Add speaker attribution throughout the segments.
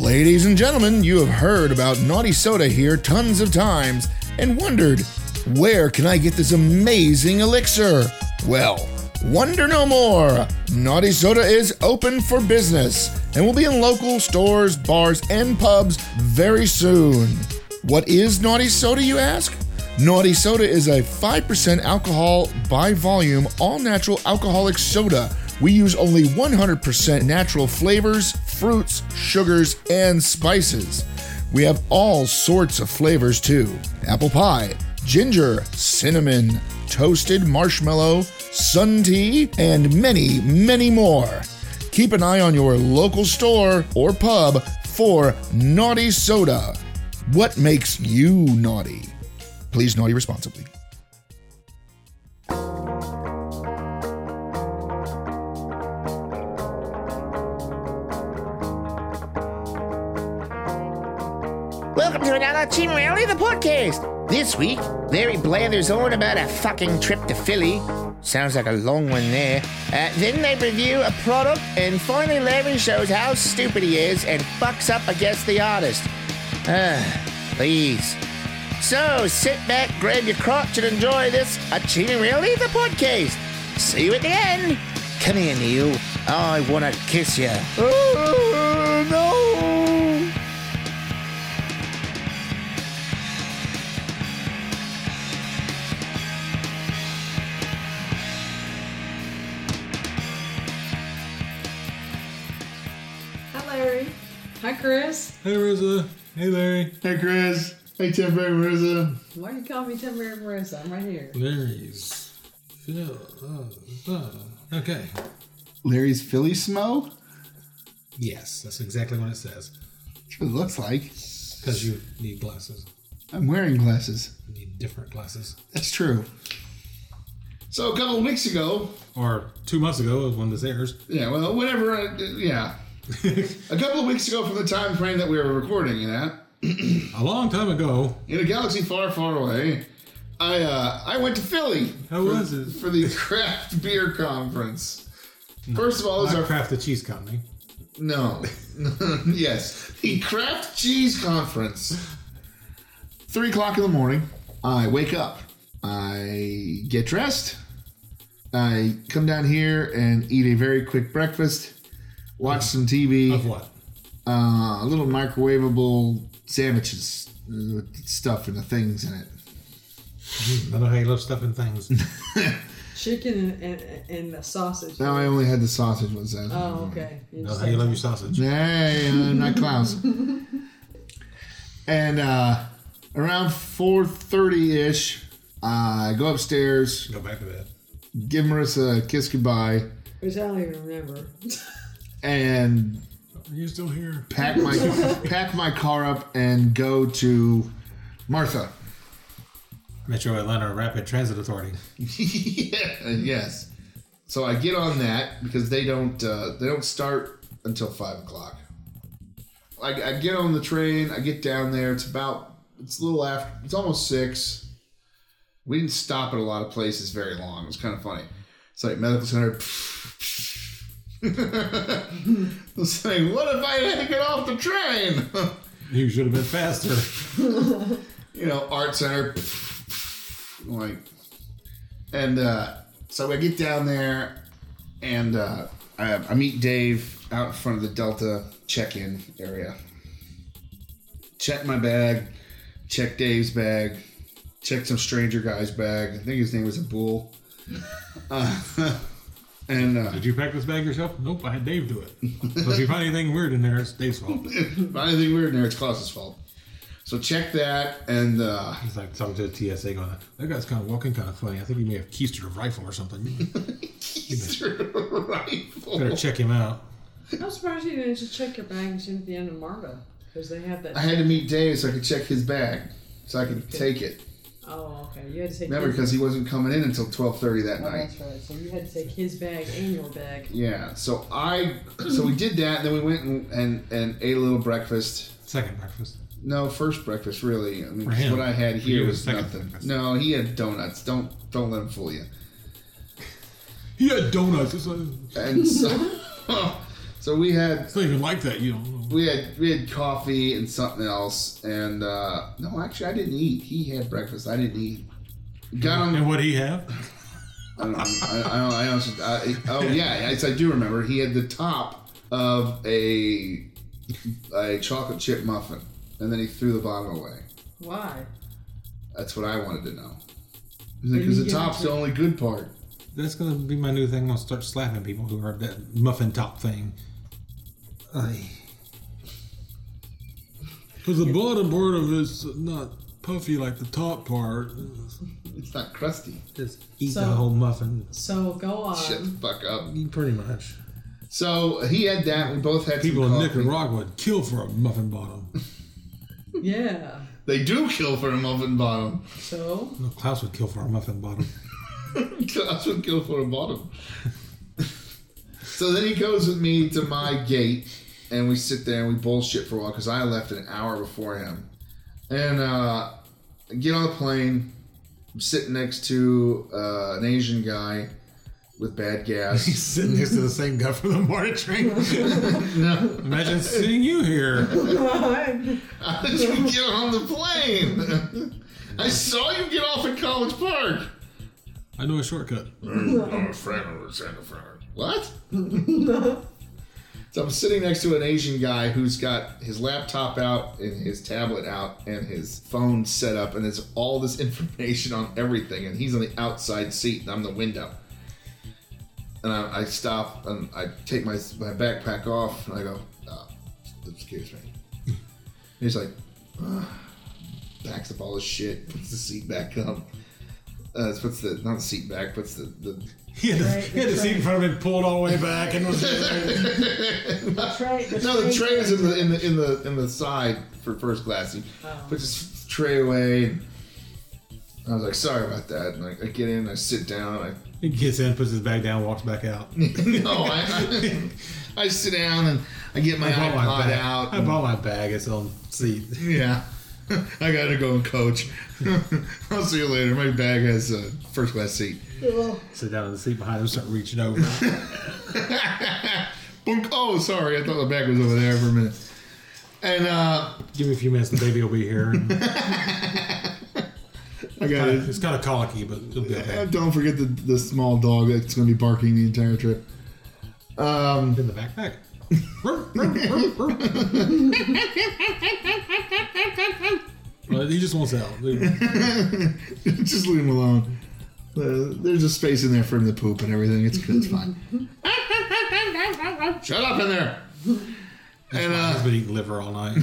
Speaker 1: Ladies and gentlemen, you have heard about Naughty Soda here tons of times and wondered, where can I get this amazing elixir? Well, wonder no more. Naughty Soda is open for business and will be in local stores, bars, and pubs very soon. What is Naughty Soda, you ask? Naughty Soda is a 5% alcohol by volume, all natural alcoholic soda. We use only 100% natural flavors, fruits, sugars, and spices. We have all sorts of flavors too apple pie, ginger, cinnamon, toasted marshmallow, sun tea, and many, many more. Keep an eye on your local store or pub for Naughty Soda. What makes you naughty? Please naughty responsibly.
Speaker 2: Welcome to another Chimarelli the podcast. This week, Larry blathers on about a fucking trip to Philly. Sounds like a long one there. Uh, then they review a product, and finally, Larry shows how stupid he is and fucks up against the artist. Ah, please. So sit back, grab your crotch, and enjoy this A Chimarelli the podcast. See you at the end. Come here, Neil. I want to kiss you. Oh, no.
Speaker 3: Hi, Larry. Hi, Chris.
Speaker 4: Hey, Rosa. Hey, Larry.
Speaker 5: Hey Chris. Hey Temporary Marissa.
Speaker 3: Why do you call me temporary Marissa? I'm right here.
Speaker 4: Larry's. Phil. uh, uh, Okay.
Speaker 5: Larry's Philly Smo?
Speaker 4: Yes, that's exactly what it says.
Speaker 5: That's what it looks like.
Speaker 4: Because you need glasses.
Speaker 5: I'm wearing glasses.
Speaker 4: You need different glasses.
Speaker 5: That's true. So a couple of weeks ago,
Speaker 4: Or two months ago, when this airs.
Speaker 5: yeah, well, whatever, I, yeah. a couple of weeks ago from the time frame that we were recording it at,
Speaker 4: A long time ago.
Speaker 5: in a galaxy far, far away, I uh, I went to Philly
Speaker 4: How was it?
Speaker 5: for the craft beer conference. First of all, it's
Speaker 4: I
Speaker 5: our
Speaker 4: craft the cheese company.
Speaker 5: No. yes. The Craft Cheese Conference. Three o'clock in the morning. I wake up. I get dressed. I come down here and eat a very quick breakfast. Watch some
Speaker 4: Of
Speaker 5: TV.
Speaker 4: what?
Speaker 5: Uh, little microwavable sandwiches uh, with stuff and the things in it.
Speaker 4: I know how you love stuffing things.
Speaker 3: Chicken and, and, and the sausage.
Speaker 5: Now I only had the sausage one. so-
Speaker 3: Oh, okay. You
Speaker 4: know
Speaker 3: just
Speaker 4: how you love your sausage.
Speaker 5: Hey, I'm not Klaus. and uh, around 4.30ish, I go upstairs,
Speaker 4: Go back to bed.
Speaker 5: give Marissa a kiss goodbye,
Speaker 3: Which I don't even remember.
Speaker 5: and
Speaker 4: Are you still here?
Speaker 5: pack my pack my car up and go to Martha.
Speaker 4: Metro Atlanta Rapid Transit Authority.
Speaker 5: yeah, yes. So I get on that because they don't uh, they don't start until five o'clock. I, I get on the train. I get down there. It's about it's a little after. It's almost six. We didn't stop at a lot of places very long. It was kind of funny. It's like medical center. it's like what if I had to get off the train?
Speaker 4: You should have been faster.
Speaker 5: you know, art center, like, and uh, so I get down there, and uh, I, I meet Dave out in front of the Delta check-in area. Check my bag, check Dave's bag, check some stranger guy's bag. I think his name was Abul. Uh, and uh,
Speaker 4: Did you pack this bag yourself? Nope, I had Dave do it. So if you find anything weird in there, it's Dave's fault.
Speaker 5: if anything weird in there, it's Klaus's fault. So check that, and uh,
Speaker 4: He's like talking to the TSA going, that guy's kind of walking kind of funny. I think he may have keistered a rifle or something. You
Speaker 5: he's through a rifle.
Speaker 4: better check him out.
Speaker 3: I'm surprised you didn't just check your bag and shoot at the end of Marva. Because they have
Speaker 5: I
Speaker 3: that.
Speaker 5: had to meet Dave so I could check his bag, so I could take it.
Speaker 3: Oh, okay. You had to take
Speaker 5: Remember,
Speaker 3: his
Speaker 5: because he wasn't coming in until twelve thirty that
Speaker 3: Oh,
Speaker 5: night.
Speaker 3: that's right. So you had to take his bag and your bag.
Speaker 5: Yeah. So I, so we did that. And then we went and, and and ate a little breakfast.
Speaker 4: Second breakfast.
Speaker 5: No, first breakfast really. I mean,
Speaker 4: For him.
Speaker 5: what I had
Speaker 4: you,
Speaker 5: here
Speaker 4: it was
Speaker 5: was
Speaker 4: second
Speaker 5: nothing.
Speaker 4: breakfast.
Speaker 5: No, he had donuts. Don't don't let him fool you.
Speaker 4: He had donuts. It's like,
Speaker 5: And so, So we had
Speaker 4: It's not even like that, you don't know.
Speaker 5: we had we had coffee and something else, and uh, no, actually, I didn't eat. He had breakfast. I didn't eat. Got on.
Speaker 4: And what he have?
Speaker 5: I don't. I, I don't. I don't I, oh yeah, yes, I do remember. He had the top of a a chocolate chip muffin, and then he threw the bottom away.
Speaker 3: Why?
Speaker 5: That's what I wanted to know. Because the
Speaker 3: you get
Speaker 5: top's
Speaker 3: it?
Speaker 5: the only good part.
Speaker 4: That's gonna be my new thing. I'm gonna start slapping people who are that muffin top thing. Because the bottom part of it's not puffy like the top part.
Speaker 5: It's not crusty.
Speaker 4: Just eat
Speaker 3: So-
Speaker 4: the whole muffin.
Speaker 3: So go on.
Speaker 5: Shut the fuck up.
Speaker 4: Pretty much.
Speaker 5: So he had that. We both had
Speaker 4: People
Speaker 5: some
Speaker 4: in
Speaker 5: coffee.
Speaker 4: Nicaragua would kill for a muffin bottom.
Speaker 3: Yeah.
Speaker 5: They do kill for a muffin bottom.
Speaker 3: So
Speaker 4: No, Klaus would kill for a muffin bottom.
Speaker 5: That's what kill for a bottom. so then he goes with me to my gate, and we sit there and we bullshit for a while because I left an hour before him. And uh, I get on the plane. I'm sitting next to uh, an Asian guy with bad gas.
Speaker 4: sitting next to the same guy from the morning train. Imagine seeing you here.
Speaker 5: How did you get on the plane? I saw you get off at College Park.
Speaker 4: I know a shortcut.
Speaker 5: What? so I'm sitting next to an Asian guy who's got his laptop out and his tablet out and his phone set up, and it's all this information on everything. And he's on the outside seat, and I'm the window. And I, I stop and I take my my backpack off, and I go, oh, "Excuse me." And he's like, "Ugh." backs up all his shit, puts the seat back up. Uh, puts the not the seat back, puts the, the
Speaker 4: He had,
Speaker 3: Right,
Speaker 4: he had the
Speaker 3: that's
Speaker 4: seat in front of him pulled all the way back and was
Speaker 3: tray.
Speaker 5: No, the tray was in the in the in the in the side for first class. He
Speaker 3: Oh.
Speaker 5: puts his tray away. And I was like, sorry about that. And I, I get in, I sit down, I
Speaker 4: He gets in, puts his bag down, walks back out.
Speaker 5: no, I, I, I sit down and I get my
Speaker 4: I bought my
Speaker 5: iPod
Speaker 4: bag.
Speaker 5: out.
Speaker 4: I
Speaker 5: and-
Speaker 4: bought my bag. It's on seat.
Speaker 5: yeah, I gotta go and coach. I'll see you later. My bag has a first class seat.
Speaker 4: Sit down in the seat behind him. Start reaching over.
Speaker 5: Boom. Oh, sorry, I thought the bag was over there for a minute. And uh,
Speaker 4: Give me a few minutes. The baby will be here. And
Speaker 5: I got it. Um,
Speaker 4: it's kind of colicky, but it'll be
Speaker 5: And
Speaker 4: okay.
Speaker 5: don't forget the, the small dog that's going to be barking the entire trip. Um,
Speaker 4: In the backpack. Ruff, ruff, ruff, ruff. Well, he just wants out.
Speaker 5: just leave him alone. Uh, there's a space in there for him to poop and everything. It's good. It's fine. Shut up in there. And
Speaker 4: He's
Speaker 5: uh,
Speaker 4: been eating liver all night.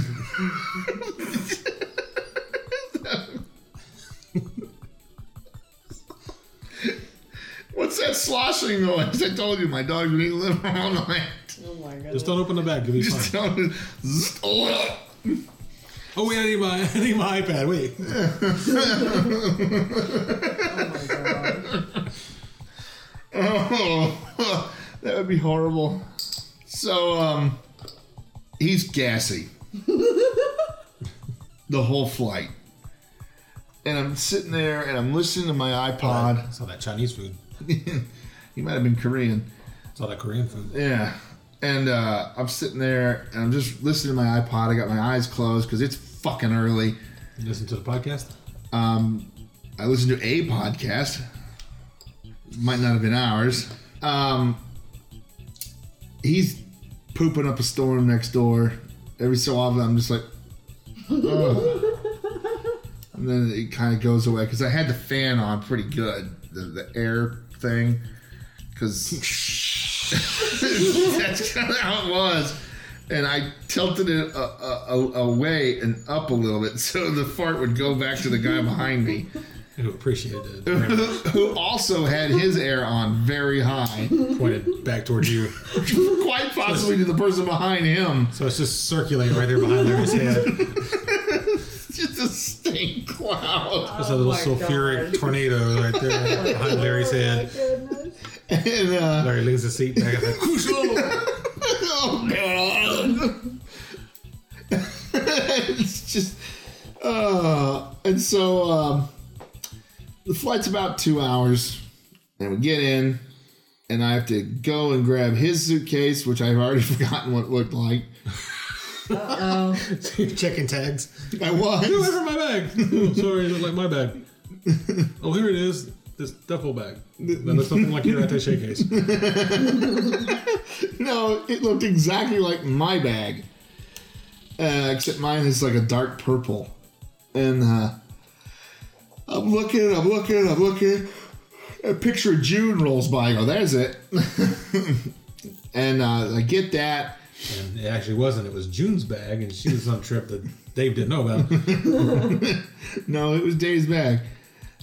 Speaker 5: what's that sloshing noise? I told you my dog's been eating liver all night.
Speaker 3: Oh my god.
Speaker 4: Just don't open the bag. You'll be
Speaker 5: Just
Speaker 4: fine.
Speaker 5: tell him, "Zzz, oh, uh."
Speaker 4: Oh wait, I need my I need my iPad. Wait.
Speaker 3: Oh my god.
Speaker 5: Oh, that would be horrible. So, um, he's gassy the whole flight. And I'm sitting there and I'm listening to my iPod.
Speaker 4: It's all that Chinese food.
Speaker 5: he might have been Korean.
Speaker 4: It's all that Korean food.
Speaker 5: Yeah. And uh, I'm sitting there and I'm just listening to my iPod. I got my eyes closed because it's fucking early.
Speaker 4: You listen to the podcast.
Speaker 5: I listened to a podcast. Might not have been ours. Um, he's pooping up a storm next door. Every so often, I'm just like, "Ugh." and then it kind of goes away because I had the fan on pretty good, the, the air thing, because that's kind of how it was. And I tilted it a, a, a- away and up a little bit so the fart would go back to the guy behind me
Speaker 4: Who appreciated it?
Speaker 5: who also had his air on very high,
Speaker 4: Pointed back towards you.
Speaker 5: quite possibly to the person behind him.
Speaker 4: So it's just circulating right there behind his head.
Speaker 5: Just a stink cloud.
Speaker 4: It's a little
Speaker 3: my
Speaker 4: sulfuric
Speaker 3: God.
Speaker 4: tornado right there behind Larry's head.
Speaker 5: And, uh,
Speaker 4: Larry leans his seat back. Like, Whoosh, oh.
Speaker 5: oh, God. it's just. Uh, and so um, the flight's about two hours, and we get in, and I have to go and grab his suitcase, which I've already forgotten what it looked like.
Speaker 3: Oh,
Speaker 6: Checking tags.
Speaker 5: I was.
Speaker 4: Get away from my bag. Oh, sorry, it looked like my bag. Oh, here it is. This duffel bag. That looks something like your attache case.
Speaker 5: No, it looked exactly like my bag. Uh, except mine is like a dark purple. And uh, I'm looking, I'm looking, I'm looking. A picture of June rolls by. I go, there's it. and uh, I get that.
Speaker 4: And it actually wasn't. It was June's bag, and she was on a trip that Dave didn't know about.
Speaker 5: No, it was Dave's bag.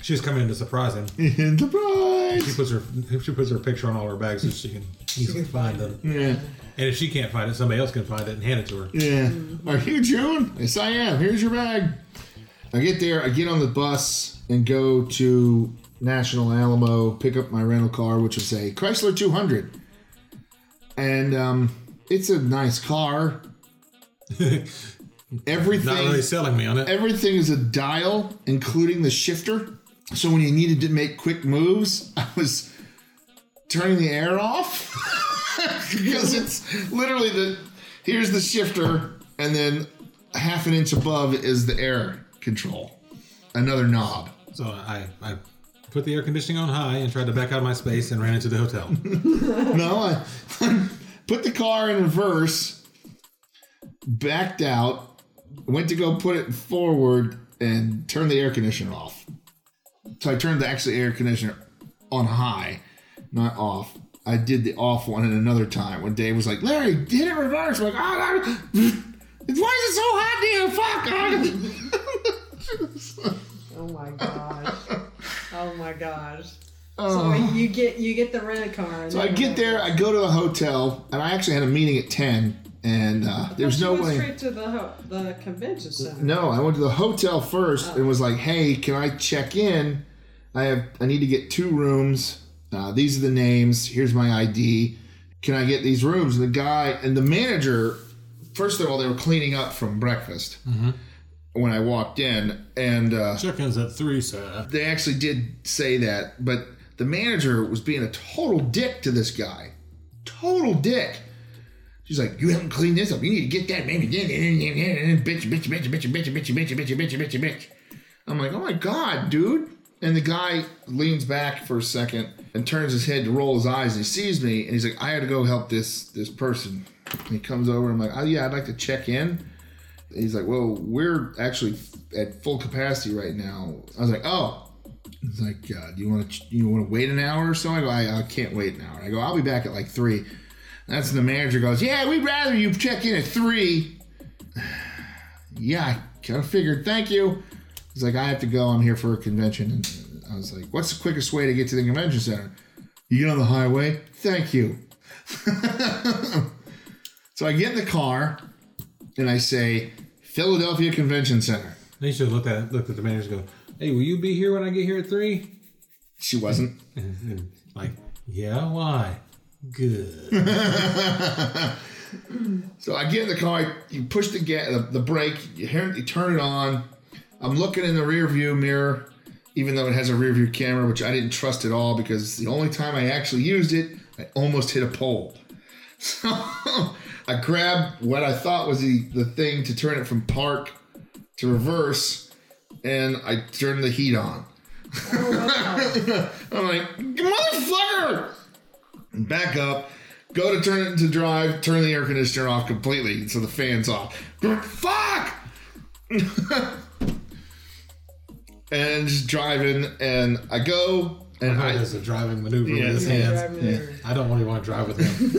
Speaker 4: She was coming in to surprise him.
Speaker 5: And
Speaker 4: She
Speaker 5: surprise!
Speaker 4: puts her she puts her picture on all her bags so she can easily find them.
Speaker 5: Yeah,
Speaker 4: And if she can't find it, somebody else can find it and hand it to her.
Speaker 5: yeah. Are you June? Yes, I am. Here's your bag. I get there, I get on the bus and go to National Alamo, pick up my rental car, which is a Chrysler 200. And um, it's a nice car. everything,
Speaker 4: Not really selling me on it.
Speaker 5: everything is a dial, including the shifter. So when you needed to make quick moves, I was turning the air off because it's literally the here's the shifter, and then half an inch above is the air control, another knob.
Speaker 4: So I, I put the air conditioning on high and tried to back out of my space and ran into the hotel.
Speaker 5: No, I put the car in reverse, backed out, went to go put it forward, and turned the air conditioner off. So I turned the actually air conditioner on high, not off. I did the off one at another time when Dave was like, Larry, hit it reverse. I'm like, oh, God. Why is it so hot in here? Fuck.
Speaker 3: oh my gosh. Oh my gosh. So you get you get the rent a car.
Speaker 5: Uh,
Speaker 3: and
Speaker 5: Oh. so I
Speaker 3: then
Speaker 5: get
Speaker 3: what
Speaker 5: there, I
Speaker 3: happens?
Speaker 5: go to a hotel, and I actually had a meeting at 10, and uh, there was
Speaker 3: She
Speaker 5: no
Speaker 3: went
Speaker 5: way.
Speaker 3: straight to the ho- the convention center.
Speaker 5: No, I went to the hotel first and was like, "Hey, can I check in? I have I need to get two rooms. Uh, these are the names. Here's my ID. Can I get these rooms?" And the guy and the manager, first of all, they were cleaning up from breakfast when I walked in, and uh,
Speaker 4: Chicken's at three, sir.
Speaker 5: they actually did say that, but the manager was being a total dick to this guy. Total dick. She's like, you haven't cleaned this up. You need to get that man again. Bitch, bitch, bitch, bitch, bitch, bitch, bitch, bitch, bitch, bitch, bitch, bitch. I'm like, oh my god, dude. And the guy leans back for a second and turns his head to roll his eyes and he sees me and he's like, I gotta go help this this person. And he comes over, I'm like, Oh yeah, I'd like to check in. And he's like, Well, we're actually at full capacity right now. I was like, Oh, He's like, uh, do you want to you want to wait an hour or so? I go, I, I can't wait an hour. I go, I'll be back at like three. That's when the manager goes, yeah, we'd rather you check in at three. yeah, I kind of figured. Thank you. He's like, I have to go. I'm here for a convention. And I was like, what's the quickest way to get to the convention center? You get on the highway. Thank you. so I get in the car, and I say, Philadelphia Convention Center.
Speaker 4: They should have looked at looked at the manager and go, Hey, will you be here when I get here at three?
Speaker 5: She wasn't.
Speaker 4: And like, yeah, why? Good.
Speaker 5: So I get in the car, you push the ga- the, the brake, you, hear, you turn it on. I'm looking in the rear view mirror, even though it has a rear view camera, which I didn't trust at all because the only time I actually used it, I almost hit a pole. So I grabbed what I thought was the, the thing to turn it from park to reverse, and I turned the heat on. I'm like, motherfucker! back up, go to turn it to drive, turn the air conditioner off completely, so the fan's off. Fuck! and just driving, and I go, and
Speaker 4: That
Speaker 5: I,
Speaker 4: is a driving maneuver
Speaker 5: Yeah.
Speaker 4: with his
Speaker 5: Yeah.
Speaker 4: hands.
Speaker 3: Driving there.
Speaker 4: I don't really want to drive with him.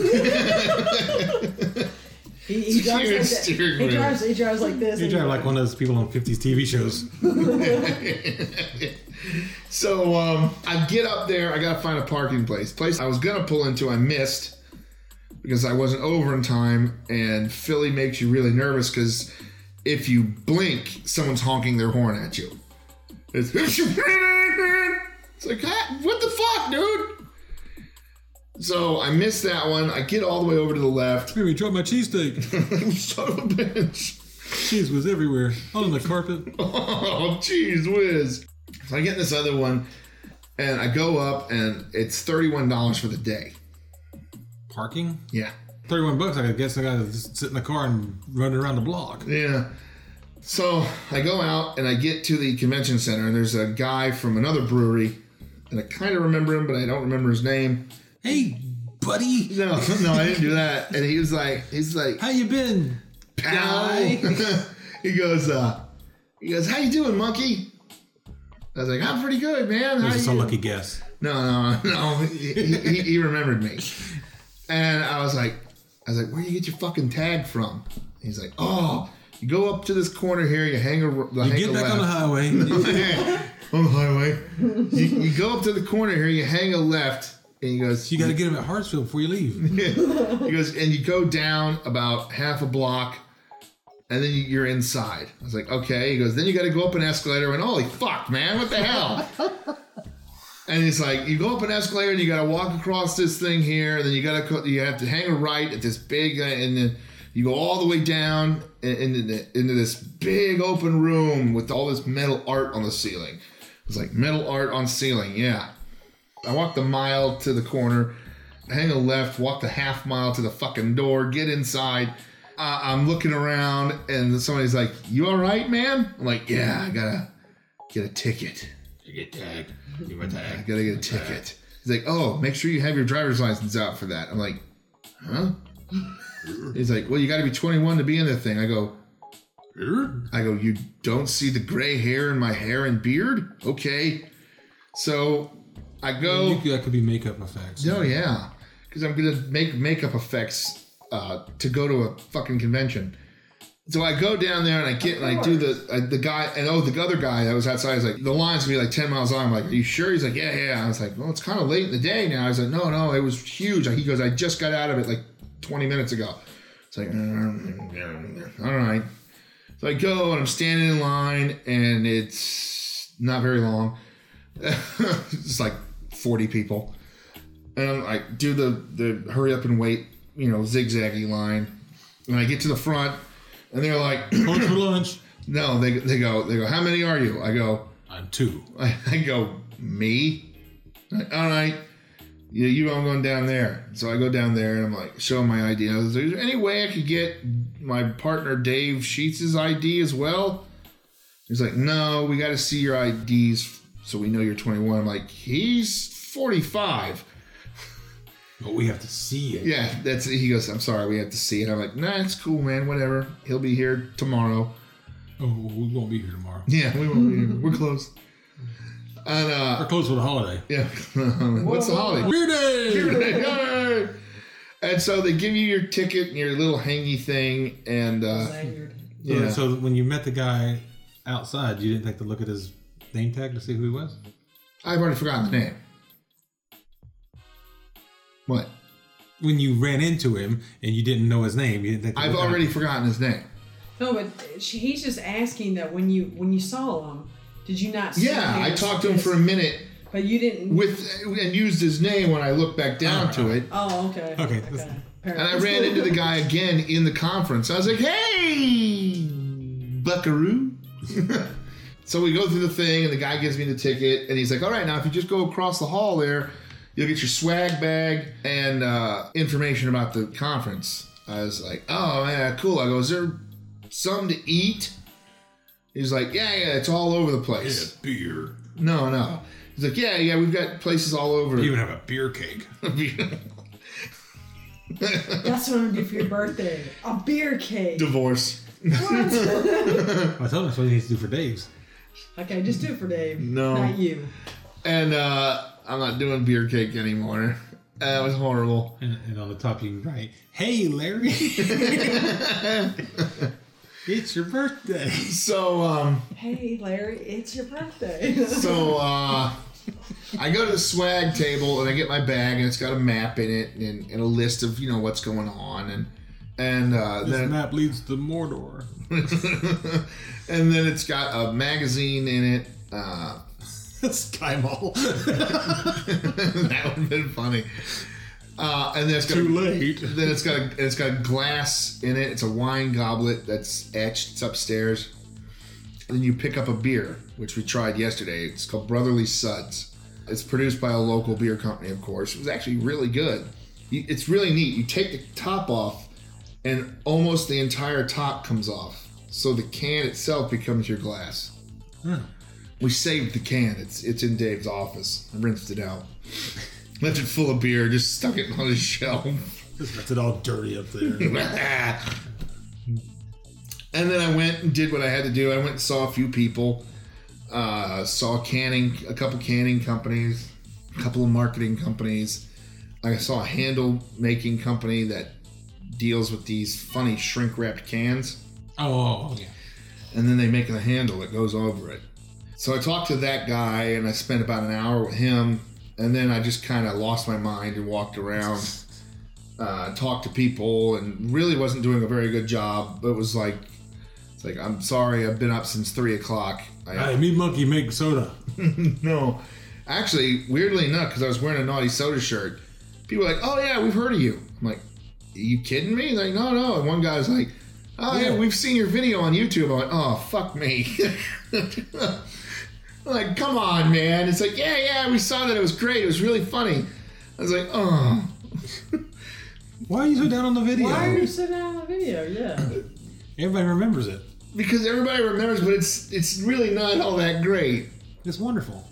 Speaker 3: He, he drives
Speaker 5: Steering-
Speaker 3: like that.
Speaker 5: steering
Speaker 3: He
Speaker 5: wheel.
Speaker 3: drives. He drives like this.
Speaker 4: You
Speaker 3: and-
Speaker 4: drive like one of those people on 50s TV shows.
Speaker 5: so um, I get up there, I gotta find a parking place. Place I was gonna pull into, I missed because I wasn't over in time, and Philly makes you really nervous because if you blink, someone's honking their horn at you. It's, it's like, "Ah, what the fuck, dude? So I missed that one. I get all the way over to the left.
Speaker 4: Baby, dropped my cheesesteak.
Speaker 5: Son of a bitch.
Speaker 4: Cheese was everywhere. On the carpet.
Speaker 5: oh, jeez whiz. So I get this other one, and I go up, and it's $31 for the day.
Speaker 4: parking.
Speaker 5: Yeah.
Speaker 4: Thirty-one bucks. I guess I gotta just sit in the car and run around the block.
Speaker 5: Yeah. So I go out and I get to the convention center, and there's a guy from another brewery, and I kind of remember him, but I don't remember his name.
Speaker 4: Hey, buddy,
Speaker 5: No, no, I didn't do that. And he was like, he's like,
Speaker 4: how you been?
Speaker 5: "Ow." he goes, uh, he goes, how you doing, monkey? I was like, I'm pretty good, man. How
Speaker 4: That's
Speaker 5: you?"
Speaker 4: a lucky guess.
Speaker 5: No, no, no. He, he, he remembered me, and I was like, I was like, where do you get your fucking tag from? He's like, oh, you go up to this corner here, you hang a, the hang
Speaker 4: Get
Speaker 5: a
Speaker 4: back
Speaker 5: left
Speaker 4: on the highway.
Speaker 5: on the highway. You, you go up to the corner here, you hang a left, and he goes,
Speaker 4: you gotta get him at Hartsfield before you leave.
Speaker 5: he goes, and you go down about half a block, and then you- you're inside. I was like, okay. He goes, then you got to go up an escalator, and holy fuck, man, what the hell? and he's like, you go up an escalator, and you got to walk across this thing here, and then you got to you have to hang a right at this big, uh, and then you go all the way down i- into the, into this big open room with all this metal art on the ceiling. It's like metal art on ceiling, yeah. I walked a mile to the corner, hang a left, walk the half mile to the fucking door, get inside. Uh, I'm looking around, and somebody's like, "You all right, man?" I'm like, "Yeah, I gotta get a ticket. You get tagged. You were tagged. I gotta get a ticket." He's like, "Oh, make sure you have your driver's license out for that." I'm like, "Huh?" He's like, "Well, you gotta be 21 to be in the thing." I go, I go, you don't see the gray hair in my hair and beard? Okay. So I
Speaker 4: You
Speaker 5: go,
Speaker 4: could- that could be makeup effects.
Speaker 5: oh yeah, because I'm gonna make makeup effects uh, to go to a fucking convention. So I go down there and I get and I do the I, the guy and oh the other guy that was outside is like the line's gonna be like ten miles long. I'm like, are you sure? He's like, yeah, yeah. I was like, well, it's kind of late in the day now. He's like, no, no, it was huge. Like he goes, I just got out of it like twenty minutes ago. It's like, "Mm, all right. So I go and I'm standing in line and it's not very long. it's like 40 people. And I'm like, do the, the hurry up and wait, you know, zigzaggy line. And I get to the front and they're like,
Speaker 4: Going for lunch.
Speaker 5: no, they, they go, they go, how many are you? I go,
Speaker 4: I'm two.
Speaker 5: I, I go, me? Like, All right. You, you I'm going down there. So I go down there and I'm like, show my ID. I was like, Is there any way I could get my partner Dave Sheets' ID as well? He's like, no, we got to see your IDs so we know you're 21. I'm like, he's 45.
Speaker 4: But we have to see it.
Speaker 5: Yeah, that's He goes, I'm sorry, we have to see it. I'm like, nah, it's cool, man, whatever. He'll be here tomorrow.
Speaker 4: Oh, we won't be here tomorrow.
Speaker 5: Yeah, we won't be here. We're close. And, uh,
Speaker 4: We're closed for the holiday.
Speaker 5: yeah. What's the holiday?
Speaker 4: Beer day.
Speaker 5: Yay! and so they give you your ticket and your little hangy thing, and uh,
Speaker 3: Lanyard.
Speaker 5: yeah,
Speaker 4: Oh, So, so when you met the guy outside, you didn't take to look at his name tag to see who he was.
Speaker 5: I've already forgotten the name. What?
Speaker 4: When you ran into him and you didn't know his name, you didn't think. to
Speaker 5: I've
Speaker 4: look at
Speaker 5: already
Speaker 4: him.
Speaker 5: forgotten his name.
Speaker 3: No, but she, he's just asking that when you when you saw him, did you not? see
Speaker 5: Yeah, I
Speaker 3: his-
Speaker 5: talked to him
Speaker 3: his-
Speaker 5: for a minute
Speaker 3: But you didn't.
Speaker 5: with and used his name when I looked back down
Speaker 4: Oh.
Speaker 5: to it,
Speaker 3: oh, okay.
Speaker 4: Okay.
Speaker 5: and I ran into the guy again in the conference. I was like, "Hey, Buckaroo." So we go through the thing, and the guy gives me the ticket, and he's like, "All right, now if you just go across the hall there, you'll get your swag bag and uh, information about the conference." I was like, "Oh man, cool." I go, "Is there something to eat?" He's like, "Yeah, yeah, it's all over the place."
Speaker 4: beer.
Speaker 5: No, no. He's like, "Yeah, yeah, we've got places all over."
Speaker 4: You even have a beer cake.
Speaker 3: That's what I'm gonna do for your birthday. A beer cake.
Speaker 5: Divorce.
Speaker 4: I told him that's what he needs to do for Dave's.
Speaker 3: Okay, just do it for Dave.
Speaker 5: No.
Speaker 3: Not you.
Speaker 5: And uh, I'm not doing beer cake anymore. That was horrible.
Speaker 4: And, and on the top, you can write, "Hey, Larry, it's your birthday."
Speaker 5: So, um,
Speaker 3: Hey, Larry, it's your birthday.
Speaker 5: So uh, I go to the swag table and I get my bag and it's got a map in it and, and a list of you know what's going on and and uh,
Speaker 4: This
Speaker 5: then
Speaker 4: map leads to Mordor.
Speaker 5: and then it's got a magazine in it. Uh,
Speaker 4: Skymall.
Speaker 5: that would have been funny. Uh, and then it's got
Speaker 4: Too
Speaker 5: a,
Speaker 4: late.
Speaker 5: Then it's got a and it's got glass in it. It's a wine goblet that's etched. It's upstairs. And then you pick up a beer, which we tried yesterday. It's called Brotherly Suds. It's produced by a local beer company, of course. It was actually really good. You, it's really neat. You take the top off, and almost the entire top comes off. So the can itself becomes your glass.
Speaker 4: Yeah.
Speaker 5: We saved the can. It's it's in Dave's office. I rinsed it out. Left it full of beer. Just stuck it on his shelf.
Speaker 4: Just left it all dirty up there.
Speaker 5: and then I went and did what I had to do. I went and saw a few people, uh, saw canning, a couple canning companies, a couple of marketing companies. I saw a handle making company that deals with these funny shrink wrapped cans,
Speaker 4: oh, yeah.
Speaker 5: and then they make a handle that goes over it. So I talked to that guy, and I spent about an hour with him, and then I just kind of lost my mind and walked around uh, talked to people and really wasn't doing a very good job. It was like, it's like I'm sorry, I've been up since three o'clock. I,
Speaker 4: Hey, me monkey make soda.
Speaker 5: no, actually, weirdly enough, because I was wearing a naughty soda shirt, people were like, "Oh yeah, we've heard of you." I'm like, "Are you kidding me?" They're like, "No, no." And one guy's like, "Oh yeah,
Speaker 4: Yeah.
Speaker 5: we've seen your video on YouTube." I'm like, "Oh fuck me." I'm like, come on, man. It's like, yeah, yeah, we saw that. It was great. It was really funny. I was like, oh.
Speaker 4: Why are you so down on the video?
Speaker 3: Why are you sitting out on the video? Yeah.
Speaker 4: Everybody remembers it.
Speaker 5: because everybody remembers, but it's it's really not all that great.
Speaker 4: It's wonderful.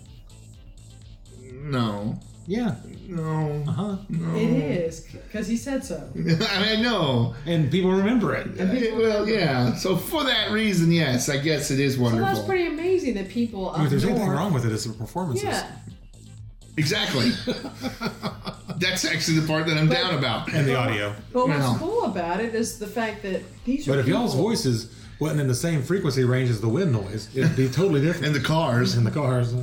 Speaker 5: No,
Speaker 4: Yeah.
Speaker 5: no.
Speaker 4: Uh huh.
Speaker 3: It is, because he said so.
Speaker 5: I mean, I know.
Speaker 4: And people remember it.
Speaker 5: Yeah, well, yeah. So for that reason, yes, I guess it is
Speaker 3: So
Speaker 5: wonderful.
Speaker 3: that's pretty amazing that people.
Speaker 4: If there's anything
Speaker 3: adore-
Speaker 4: wrong with it, it's the performances.
Speaker 3: Yeah.
Speaker 5: exactly. That's actually the part that I'm down about.
Speaker 4: And the audio.
Speaker 3: But what's
Speaker 5: Well.
Speaker 3: cool about it is the fact that these are.
Speaker 4: But if y'all's
Speaker 3: people-
Speaker 4: voices wasn't in the same frequency range as the wind noise, it'd be totally different.
Speaker 5: And the cars.
Speaker 4: In the cars.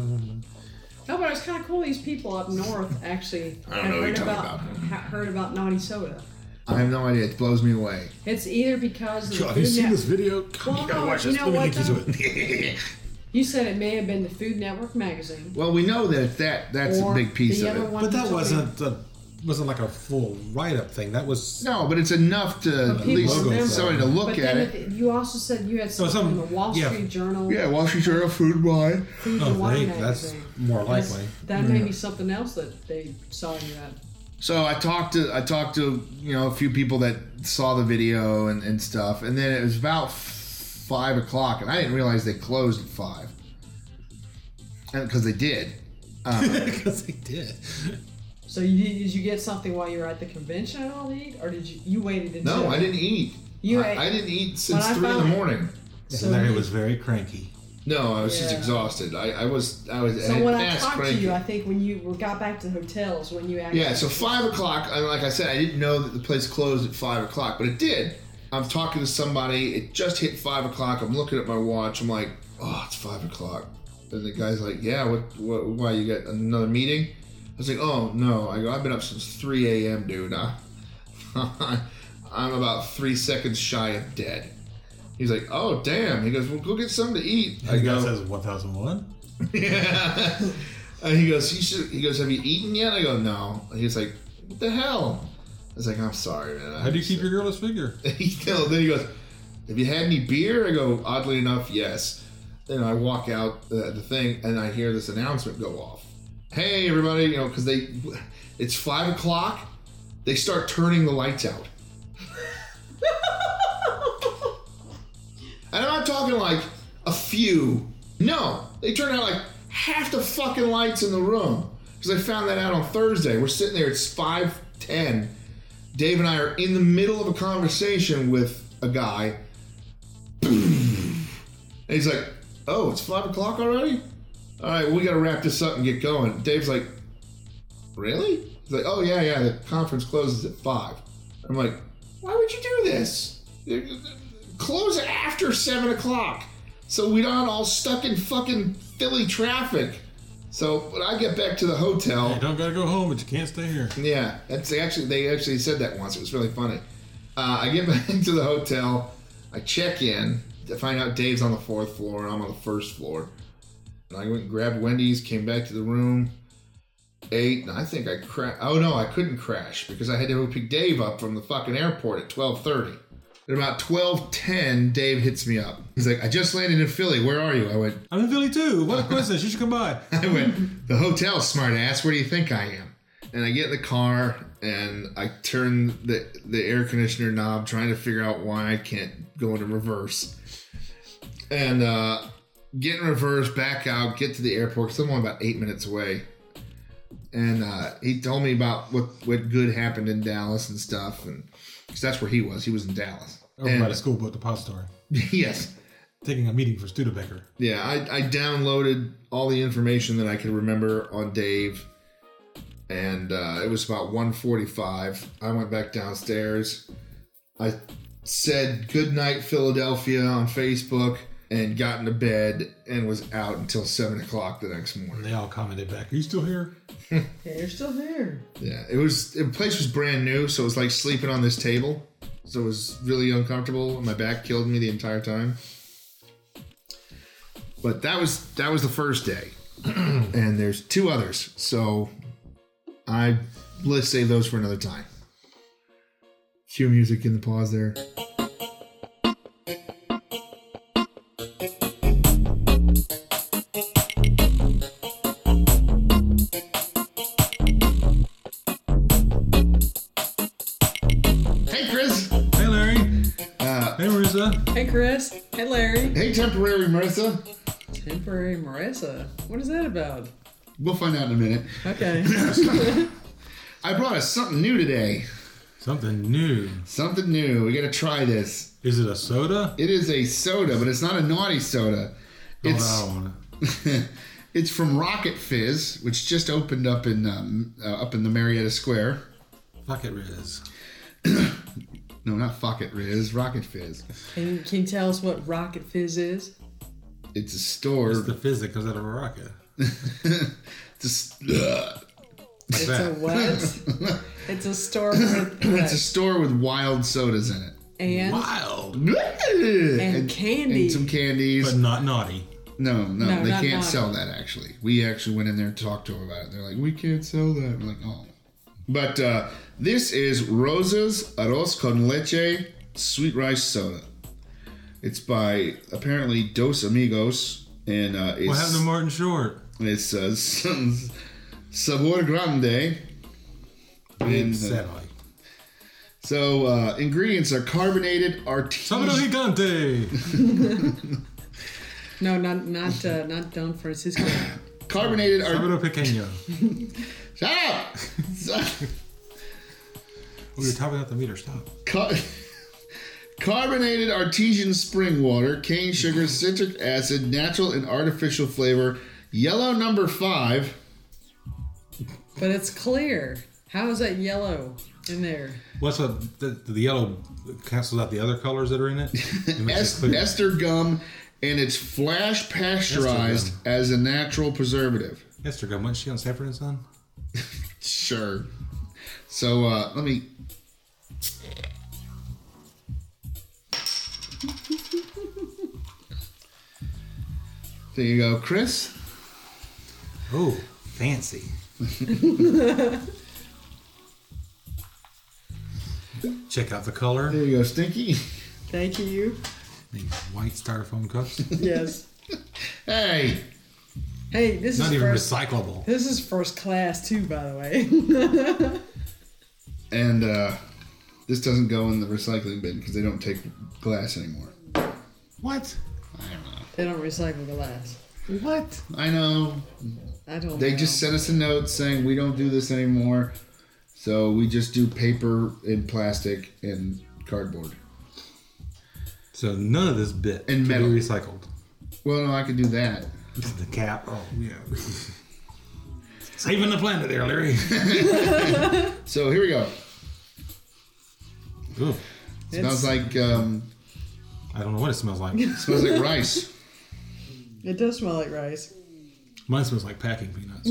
Speaker 3: No, but it's kind of cool. These people up north actually
Speaker 5: I don't
Speaker 3: have
Speaker 5: know what
Speaker 3: heard
Speaker 5: you're talking
Speaker 3: about, ha- heard about naughty soda.
Speaker 5: I have no idea. It blows me away.
Speaker 3: It's either because of the
Speaker 4: God, have you
Speaker 3: food
Speaker 4: seen
Speaker 3: net-
Speaker 4: this video?
Speaker 3: Well,
Speaker 4: you gotta
Speaker 3: no,
Speaker 4: watch
Speaker 3: you
Speaker 4: this.
Speaker 3: know
Speaker 4: Let me
Speaker 3: what,
Speaker 4: link you to it.
Speaker 3: You said it may have been the Food Network magazine.
Speaker 5: well, we know that that that's a
Speaker 3: or
Speaker 5: big piece
Speaker 3: the
Speaker 5: of
Speaker 3: other
Speaker 5: it.
Speaker 3: One
Speaker 4: But that
Speaker 3: told me-
Speaker 4: wasn't a, wasn't like a full write up thing. That was
Speaker 5: No, but it's enough to
Speaker 3: But
Speaker 5: at
Speaker 3: people
Speaker 5: least
Speaker 4: remember.
Speaker 5: somebody to look
Speaker 3: But
Speaker 5: at
Speaker 3: then
Speaker 5: it.
Speaker 3: if- you also said you had
Speaker 4: some-
Speaker 3: something in the Wall
Speaker 4: yeah.
Speaker 3: Street Journal.
Speaker 5: yeah, Washington Journal, Food Wine.
Speaker 3: Food
Speaker 4: Oh,
Speaker 3: and Wine
Speaker 4: thank- that's
Speaker 3: magazine.
Speaker 4: more
Speaker 3: That's-
Speaker 4: likely.
Speaker 3: That may be something else that they saw you at.
Speaker 5: So I talked to I talked to you know a few people that saw the video and, and stuff, and then it was about f- five o'clock, and I didn't realize they closed at five, because they did.
Speaker 4: because they did.
Speaker 3: So you, did did you get something while you were at the convention at all to eat, or did you you waited until?
Speaker 5: No, I didn't eat.
Speaker 3: You
Speaker 5: I,
Speaker 3: ate-
Speaker 5: I didn't eat since
Speaker 3: I
Speaker 5: three in the
Speaker 3: found-
Speaker 5: morning.
Speaker 3: So
Speaker 4: Larry
Speaker 3: you-
Speaker 4: was very cranky.
Speaker 5: No, I was just
Speaker 3: Yeah.
Speaker 5: exhausted. I, I was I was.
Speaker 3: So
Speaker 5: had
Speaker 3: when I
Speaker 5: ass
Speaker 3: talked to
Speaker 5: cranky.
Speaker 3: you, I think when you were- got back to the hotels, when you actually
Speaker 5: Yeah, so five o'clock. I- Like I said, I didn't know that the place closed at five o'clock, but it did. I'm talking to somebody. It just hit five o'clock. I'm looking at my watch. I'm like, oh, it's five o'clock. And the guy's like, yeah, what? what why you got another meeting? I was like, oh no. I go, I've been up since three a.m., dude. I, I'm about three seconds shy of dead. He's like, oh damn. He goes, well, go get something to eat. I
Speaker 4: The guy
Speaker 5: go,
Speaker 4: says 1001.
Speaker 5: yeah. And he goes, you should, he goes, have you eaten yet? I go, no. And he's like, what the hell? I was like, I'm sorry, man. I
Speaker 4: How do you keep your girl's figure?
Speaker 5: you know, then he goes, have you had any beer? I go, oddly enough, yes. Then I walk out the, the thing and I hear this announcement go off. Hey, everybody, you know, because they, it's five o'clock. They start turning the lights out. And I'm not talking like a few. No, they turned out like half the fucking lights in the room. Because I found that out on Thursday. We're sitting there, it's 5.10. Dave and I are in the middle of a conversation with a guy. And he's like, oh, it's 5 o'clock already? All right, we got to wrap this up and get going. Dave's like, really? He's like, oh, yeah, yeah, the conference closes at 5. I'm like, why would you do this? Close it after 7 o'clock. So we're not all stuck in fucking Philly traffic. So when I get back to the hotel,
Speaker 4: You don't gotta go home, but you can't stay here.
Speaker 5: yeah, that's they actually they actually said that once. It was really funny. Uh, I get back to the hotel, I check in to find out Dave's on the fourth floor and I'm on the first floor. And I went and grabbed Wendy's, came back to the room, ate, and I think I crashed. Oh no, I couldn't crash because I had to go pick Dave up from the fucking airport at twelve thirty. At about twelve ten, Dave hits me up. He's like, "I just landed in Philly. Where are you?" I went,
Speaker 4: I'm in Philly too. What a coincidence. You should come by.
Speaker 5: I went, the hotel, smart ass. Where do you think I am? And I get in the car, and and I turn the the air conditioner knob, trying to figure out why I can't go into reverse. And uh, get in reverse, back out, get to the airport. Cause I'm only about eight minutes away. And uh, he told me about what what good happened in Dallas and stuff, and because that's where he was. He was in Dallas.
Speaker 4: Over
Speaker 5: And-
Speaker 4: by the school book depository.
Speaker 5: yes.
Speaker 4: Taking a meeting for Studebaker.
Speaker 5: Yeah, I, I downloaded all the information that I could remember on Dave, and uh, it was about 1:45. I went back downstairs. I said goodnight Philadelphia on Facebook and got into bed and was out until seven o'clock the next
Speaker 4: And
Speaker 5: morning.
Speaker 4: they all commented back, Are you still here?
Speaker 3: Yeah, you're still there.
Speaker 5: Yeah, it was the place was brand new, so it was like sleeping on this table. So it was really uncomfortable. My back killed me the entire time. But that was that was the first day, and there's two others. So I let's save those for another time. Cue music in the pause there. Hey Chris.
Speaker 4: Hey Larry.
Speaker 5: Uh,
Speaker 4: Hey Marissa.
Speaker 3: Hey, Chris. Hey, Larry.
Speaker 5: hey temporary Marissa.
Speaker 3: Temporary Marissa. What is that about?
Speaker 5: We'll find out in a minute.
Speaker 3: Okay.
Speaker 5: I brought us something new today.
Speaker 4: Something new.
Speaker 5: Something new. We gotta try this.
Speaker 4: Is it a soda?
Speaker 5: It is a soda, but it's not a naughty soda. It's
Speaker 4: Hold on.
Speaker 5: it's from Rocket Fizz, which just opened up in um, uh, up in the Marietta Square.
Speaker 4: Pocket Riz.
Speaker 5: No, not Fuck It Riz, Rocket Fizz.
Speaker 3: can, you, can you tell us what Rocket Fizz is?
Speaker 5: It's a store.
Speaker 4: It's the fizz that comes out of a rocket.
Speaker 5: It's a,
Speaker 4: Like
Speaker 3: It's a
Speaker 4: that.
Speaker 3: what? it's a store with what?
Speaker 5: it's a store with wild sodas in it.
Speaker 3: and
Speaker 4: Wild.
Speaker 5: And,
Speaker 3: candy.
Speaker 5: and some candies.
Speaker 4: But not naughty.
Speaker 5: no, no,
Speaker 3: No,
Speaker 5: they
Speaker 3: not
Speaker 5: can't
Speaker 3: naughty.
Speaker 5: sell that. Actually, we actually went in there and talked to them about it. They're like, we can't sell that. I'm like, oh. But uh, this is Rosa's Arroz con Leche Sweet Rice Soda. It's by apparently Dos Amigos, and uh, it's
Speaker 4: What happened to Martin Short?
Speaker 5: It's uh, Sabor Grande. And, uh,
Speaker 4: Sadly.
Speaker 5: so uh, ingredients are carbonated
Speaker 4: Sabado
Speaker 5: artisan.
Speaker 4: Gigante.
Speaker 3: no, not not uh, not Don Francisco.
Speaker 5: Carbonated art.
Speaker 4: Sabado Pequeño. "Oh,
Speaker 5: Shut up!
Speaker 4: We were topping out the meter. Stop.
Speaker 5: Car- carbonated artesian spring water, cane sugar, citric acid, natural and artificial flavor. Yellow number five.
Speaker 3: but it's clear. How is that yellow in there?
Speaker 4: What's up? The, the yellow cancels out the other colors that are in it. It makes it
Speaker 5: Es-
Speaker 4: clear.
Speaker 5: ester gum, and it's flash pasteurized
Speaker 4: Ester
Speaker 5: as a natural preservative.
Speaker 4: Esther gum. Wasn't she on Sanford and Son?
Speaker 5: Sure. So uh, let me. There you go, Chris.
Speaker 4: Oh, fancy. Check out the color.
Speaker 5: There you go, Stinky.
Speaker 3: Thank you.
Speaker 4: These white styrofoam cups.
Speaker 3: Yes.
Speaker 5: Hey,
Speaker 3: Hey, this
Speaker 4: Not
Speaker 3: is
Speaker 4: even
Speaker 3: first.
Speaker 4: recyclable.
Speaker 3: This is first class too, by the way.
Speaker 5: and uh, this doesn't go in the recycling bin because they don't take glass anymore.
Speaker 4: What?
Speaker 3: they don't recycle glass.
Speaker 4: What?
Speaker 5: I know.
Speaker 3: I don't.
Speaker 5: They
Speaker 3: know.
Speaker 5: just sent us a note saying we don't do this anymore, so we just do paper and plastic and cardboard.
Speaker 4: So none of this bit
Speaker 5: And
Speaker 4: can
Speaker 5: metal.
Speaker 4: be recycled.
Speaker 5: Well, no, I could do that.
Speaker 4: The cap. Oh yeah. Saving the planet there, Larry.
Speaker 5: So here we go.
Speaker 4: Ooh,
Speaker 3: It's-
Speaker 5: Smells like um,
Speaker 4: I don't know what it smells like.
Speaker 5: smells like rice.
Speaker 3: It does smell like rice.
Speaker 4: Mine smells like packing peanuts.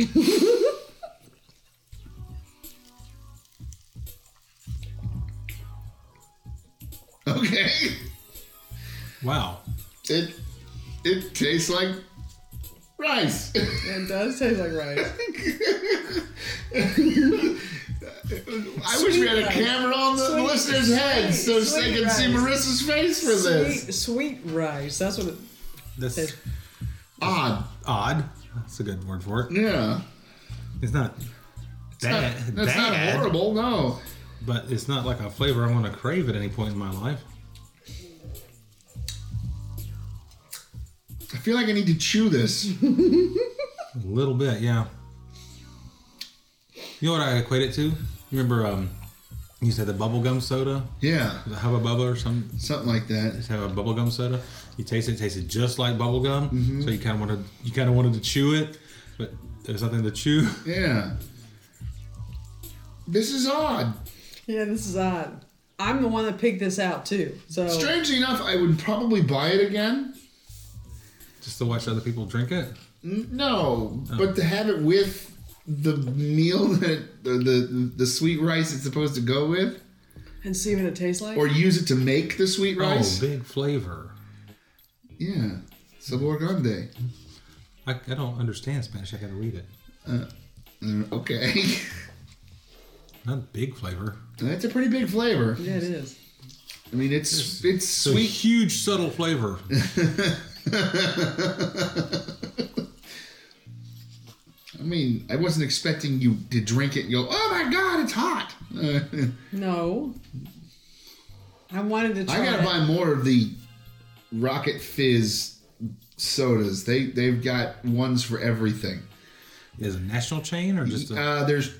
Speaker 5: Okay.
Speaker 4: Wow.
Speaker 5: It it tastes like rice.
Speaker 3: It does taste like rice.
Speaker 5: I wish we had a
Speaker 3: rice.
Speaker 5: camera on the
Speaker 3: Sweet-
Speaker 5: listeners'
Speaker 3: sweet-
Speaker 5: heads so they
Speaker 3: sweet
Speaker 5: can see
Speaker 3: rice.
Speaker 5: Marissa's face for this.
Speaker 3: Sweet, sweet rice. That's what it.
Speaker 4: That's
Speaker 3: Says-
Speaker 5: Odd.
Speaker 4: odd. That's a good word for it.
Speaker 5: Yeah.
Speaker 4: It's not.
Speaker 5: That's
Speaker 4: bad.
Speaker 5: Mm. not
Speaker 4: Eh, bad,
Speaker 5: horrible, no.
Speaker 4: But it's not like a flavor I'm going to crave at any point in my life.
Speaker 5: I feel like I need to chew this.
Speaker 4: A little bit, yeah. You know what I equate it to? You remember um, you said the bubblegum soda?
Speaker 5: Yeah,
Speaker 4: The Hubba Bubba or something?
Speaker 5: something like that.
Speaker 4: Just have a bubblegum soda. You taste it, it tasted just like bubblegum.
Speaker 5: Mm-hmm.
Speaker 4: gum. So you kind of wanted you kind of wanted to chew it, but there's nothing to chew.
Speaker 5: Yeah. This is odd.
Speaker 3: Yeah, this is odd. I'm the one that picked this out too. So
Speaker 5: Strangely enough, I would probably buy it again.
Speaker 4: Just to watch other people drink it.
Speaker 5: N- No,
Speaker 4: Oh.
Speaker 5: but to have it with the meal that the, the the sweet rice it's supposed to go with,
Speaker 3: and see what it tastes like.
Speaker 5: or use it to make the sweet rice.
Speaker 4: Oh, big flavor.
Speaker 5: Yeah, sabor grande.
Speaker 4: I, I don't understand Spanish. I got to read it.
Speaker 5: Mm, Okay,
Speaker 4: Not big flavor.
Speaker 5: that's a pretty big flavor.
Speaker 3: yeah, it is.
Speaker 5: I mean, it's it's
Speaker 4: It's a
Speaker 5: sweet.
Speaker 4: huge, subtle flavor.
Speaker 5: I mean, I wasn't expecting you to drink it and go, "Oh my god, it's hot."
Speaker 3: No. I wanted to try.
Speaker 5: I gotta
Speaker 3: it.
Speaker 5: buy more of the Rocket Fizz sodas. They they've got ones for everything.
Speaker 4: Is it a national chain or just a,
Speaker 5: Uh, there's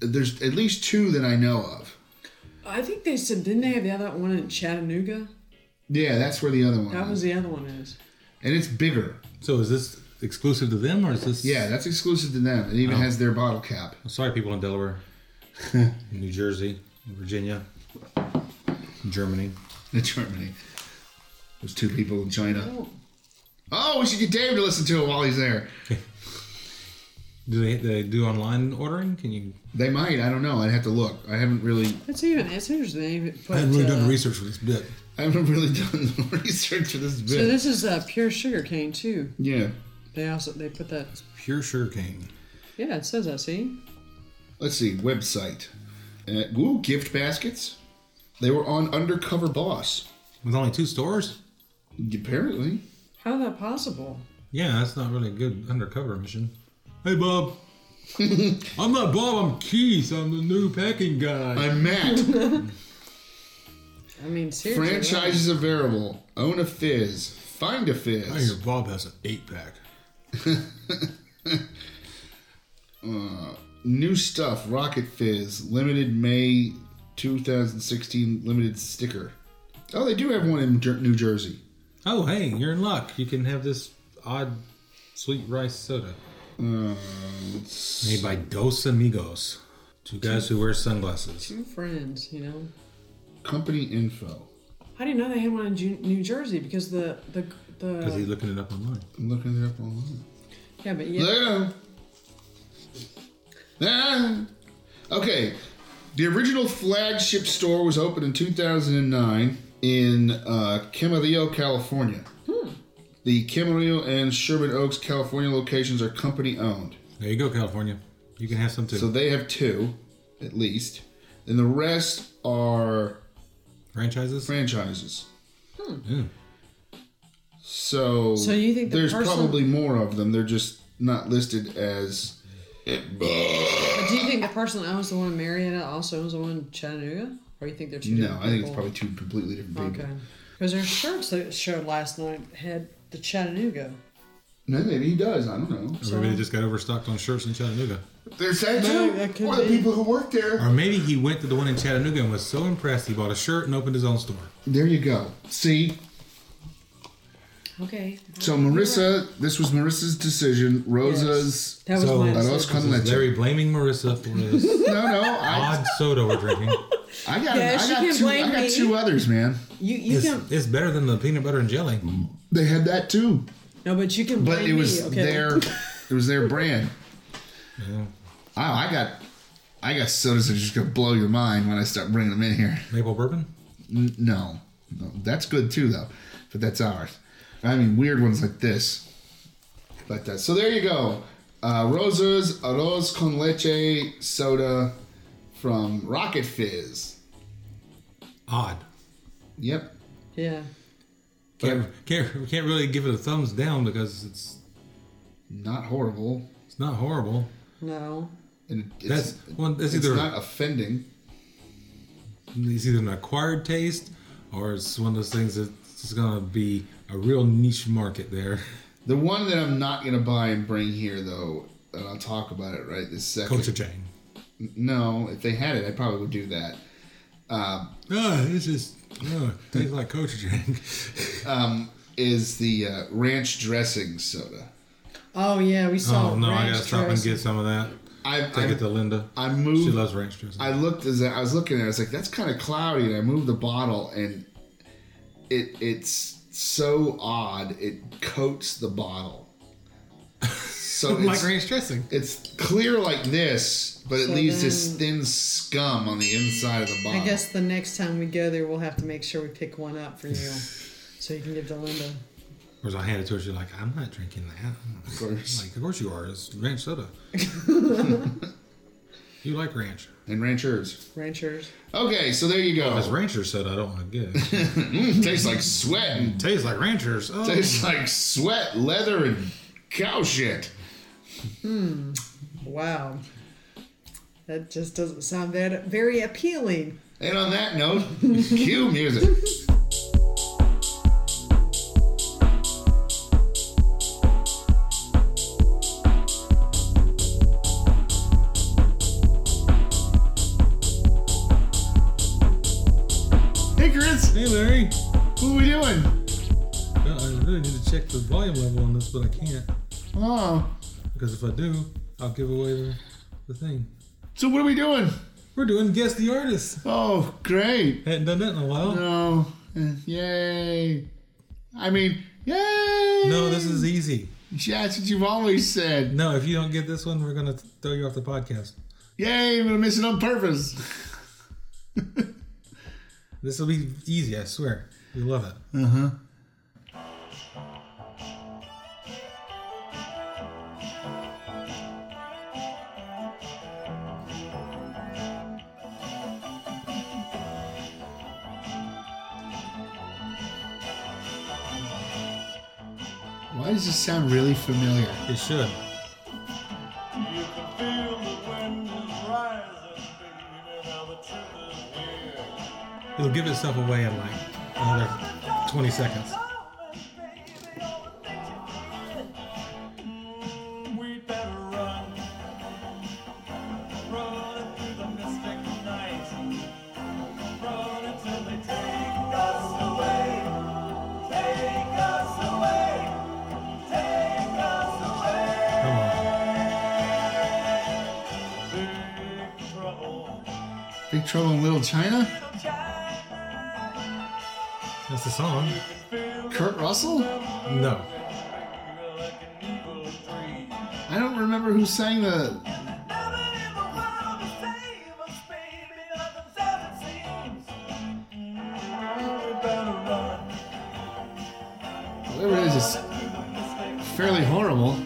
Speaker 5: there's at least two that I know of.
Speaker 3: I think they said didn't they have the other one in Chattanooga?
Speaker 5: Yeah, that's where the other one.
Speaker 3: That
Speaker 5: is.
Speaker 3: was the other one is.
Speaker 5: and it's bigger.
Speaker 4: so? Is this exclusive to them or is this?
Speaker 5: Yeah, that's exclusive to them. It
Speaker 4: Oh.
Speaker 5: even has their bottle cap.
Speaker 4: Sorry, people in Delaware, in New Jersey, in Virginia, in Germany.
Speaker 5: In Germany, there's two people in China. Oh, we should get Dave to listen to it while he's there.
Speaker 4: Do they, they do online ordering? Can you?
Speaker 5: They might. I don't know. I'd have to look. I haven't really.
Speaker 3: That's even it's interesting. But,
Speaker 4: I haven't really done
Speaker 3: uh,
Speaker 4: research for this bit.
Speaker 5: I haven't really done the research for this bit.
Speaker 3: So this is uh, pure sugar cane too.
Speaker 5: yeah.
Speaker 3: They also they put that.
Speaker 4: Pure sugarcane.
Speaker 3: Yeah, it says that. See,
Speaker 5: Let's see. Website. Uh, ooh, gift baskets. They were on Undercover Boss.
Speaker 4: With only two stores?
Speaker 5: Apparently.
Speaker 3: how is that possible?
Speaker 4: Yeah, that's not really a good undercover mission. Hey, Bob. I'm not Bob. I'm Keith. I'm the new packing guy.
Speaker 5: I'm Matt.
Speaker 3: I mean, seriously. that-
Speaker 5: Franchises available. Own a fizz. Find a
Speaker 4: I hear
Speaker 5: fizz.
Speaker 4: Bob has an eight pack.
Speaker 5: New stuff. Rocket fizz. Limited May 2016. Limited sticker. Oh, they do have one in Jer- New Jersey.
Speaker 4: Oh, hey, you're in luck. You can have this odd sweet rice soda.
Speaker 5: Uh,
Speaker 4: Made by Dos Amigos. Two guys who wear sunglasses.
Speaker 3: Two friends, you know.
Speaker 5: company info.
Speaker 3: How do you know they had one in Ju- New Jersey? Because the the
Speaker 4: Because he's
Speaker 3: the
Speaker 4: looking it up online.
Speaker 5: I'm looking it up online.
Speaker 3: yeah, but yeah,
Speaker 5: There. Ah. Okay. The original flagship store was opened in 2009 in uh, Camarillo, California.
Speaker 3: Hmm.
Speaker 5: The Camarillo and Sherman Oaks, California locations are company owned.
Speaker 4: There you go, California. You can have some too.
Speaker 5: So they have two, at least. And the rest are
Speaker 4: Franchises?
Speaker 5: franchises.
Speaker 4: Yeah.
Speaker 5: So,
Speaker 3: So you think the
Speaker 5: there's
Speaker 3: person-
Speaker 5: probably more of them. They're just not listed as.
Speaker 3: But do you think the person that owns the one in Marietta also owns the one in Chattanooga? Or you think they're two
Speaker 5: No,
Speaker 3: different
Speaker 5: I think it's
Speaker 3: people?
Speaker 5: probably two completely different people.
Speaker 3: Okay. Because there's shirts that showed last night had the Chattanooga.
Speaker 5: No, maybe he does. I don't know.
Speaker 4: Or maybe they just got overstocked on shirts in Chattanooga.
Speaker 5: There's that
Speaker 3: too. that could Or the be.
Speaker 5: people who work there.
Speaker 4: Or maybe he went to the one in Chattanooga and was so impressed he bought a shirt and opened his own store.
Speaker 5: There you go. See?
Speaker 3: Okay.
Speaker 5: So Marissa, this was Marissa's decision. Rosa's.
Speaker 3: That was
Speaker 4: So-
Speaker 3: my
Speaker 4: That
Speaker 5: was
Speaker 3: decision.
Speaker 5: kind
Speaker 4: This is Larry blaming Marissa for this
Speaker 5: No, no. I,
Speaker 4: odd soda we're drinking.
Speaker 5: I got,
Speaker 3: Yeah,
Speaker 5: I
Speaker 3: she
Speaker 5: got,
Speaker 3: can
Speaker 5: two,
Speaker 3: blame
Speaker 5: I got
Speaker 3: me.
Speaker 5: two others, man.
Speaker 3: You you
Speaker 4: It's,
Speaker 3: can
Speaker 4: it's better than the peanut butter and jelly.
Speaker 5: They had that too.
Speaker 3: No, but you can
Speaker 5: But
Speaker 3: blame
Speaker 5: it was
Speaker 3: me, okay?
Speaker 5: their it was their brand. Wow, I got I got sodas that are just gonna blow your mind when I start bringing them in here.
Speaker 4: Maple bourbon?
Speaker 5: N- no, no, that's good too though, but that's ours. I mean, weird ones like this, like that. So there you go. Uh, Rosa's arroz con leche soda from Rocket Fizz.
Speaker 4: Odd.
Speaker 5: Yep.
Speaker 3: Yeah.
Speaker 4: Can't, can't, we can't really give it a thumbs down because it's
Speaker 5: Not horrible.
Speaker 4: it's not horrible.
Speaker 3: No.
Speaker 5: And it's,
Speaker 4: That's- well, that's
Speaker 5: it's
Speaker 4: either-
Speaker 5: not offending.
Speaker 4: It's either an acquired taste or it's one of those things that's just gonna be a real niche market there.
Speaker 5: The one that I'm not gonna buy and bring here though, and I'll talk about it right this second.
Speaker 4: Culture chain.
Speaker 5: No, if they had it, I probably would do that.
Speaker 4: Ah, it's just uh, tastes like culture chain.
Speaker 5: Uh, Is the uh, ranch dressing soda?
Speaker 3: Oh yeah, we saw.
Speaker 4: oh no, I
Speaker 3: ranch
Speaker 4: gotta stop and
Speaker 3: dressing.
Speaker 4: get some of that.
Speaker 5: I
Speaker 4: Take
Speaker 5: I,
Speaker 4: it to Linda.
Speaker 5: I
Speaker 4: she
Speaker 5: moved.
Speaker 4: loves ranch dressing.
Speaker 5: I looked as I I was looking at. it, I was like, that's kind of cloudy. And I moved the bottle, and it it's so odd. It coats the bottle. So it's,
Speaker 4: ranch dressing.
Speaker 5: it's clear like this, but it
Speaker 3: So
Speaker 5: leaves this
Speaker 3: then-
Speaker 5: thin scum on the inside of the
Speaker 3: I
Speaker 5: bottle.
Speaker 3: guess the next time we go there, we'll have to make sure we pick one up for you, so you can give to Linda.
Speaker 4: Whereas I handed it to her, she's like, "I'm not drinking that."
Speaker 5: Of course.
Speaker 4: Like, of course you are. It's ranch soda. you like ranch.
Speaker 5: and ranchers.
Speaker 3: Ranchers.
Speaker 5: Okay, so there you
Speaker 4: That's
Speaker 5: go.
Speaker 4: rancher soda. I don't want to get.
Speaker 5: Tastes like sweat and
Speaker 4: Tastes like ranchers. Oh.
Speaker 5: Tastes like sweat, leather, and cow shit.
Speaker 3: Wow. That just doesn't sound that very appealing.
Speaker 5: And on that note, cue music. Hey Chris,
Speaker 4: Hey Larry.
Speaker 5: what are we doing?
Speaker 4: Well, I really need to check the volume level on this, but I can't
Speaker 5: Oh,
Speaker 4: because if I do, I'll give away the, the thing.
Speaker 5: so what are we doing?
Speaker 4: We're doing guess the artist.
Speaker 5: Oh, great.
Speaker 4: Hadn't done that in a while.
Speaker 5: Oh, eh, yay. I mean, yay.
Speaker 4: No, this is easy.
Speaker 5: Yeah, that's what you've always said.
Speaker 4: No, if you don't get this one, we're gonna throw you off the podcast.
Speaker 5: Yay, I'm gonna miss it on purpose.
Speaker 4: This will be easy, I swear. You love it.
Speaker 5: Why does this sound really familiar?
Speaker 4: It should.
Speaker 6: You can feel the wind is rising, baby. Now the truth is here.
Speaker 4: It'll give itself away in like another 20 seconds.
Speaker 6: Baby, all the things you feel. Mm, we better run, run through the mystic night, run until they take us away, take us away, take us away.
Speaker 4: Come on.
Speaker 6: Big trouble.
Speaker 5: Big Trouble in Little China?
Speaker 4: That's the song.
Speaker 5: Kurt Russell?
Speaker 4: No.
Speaker 5: I don't remember who sang the. Whatever it is, it's fairly horrible.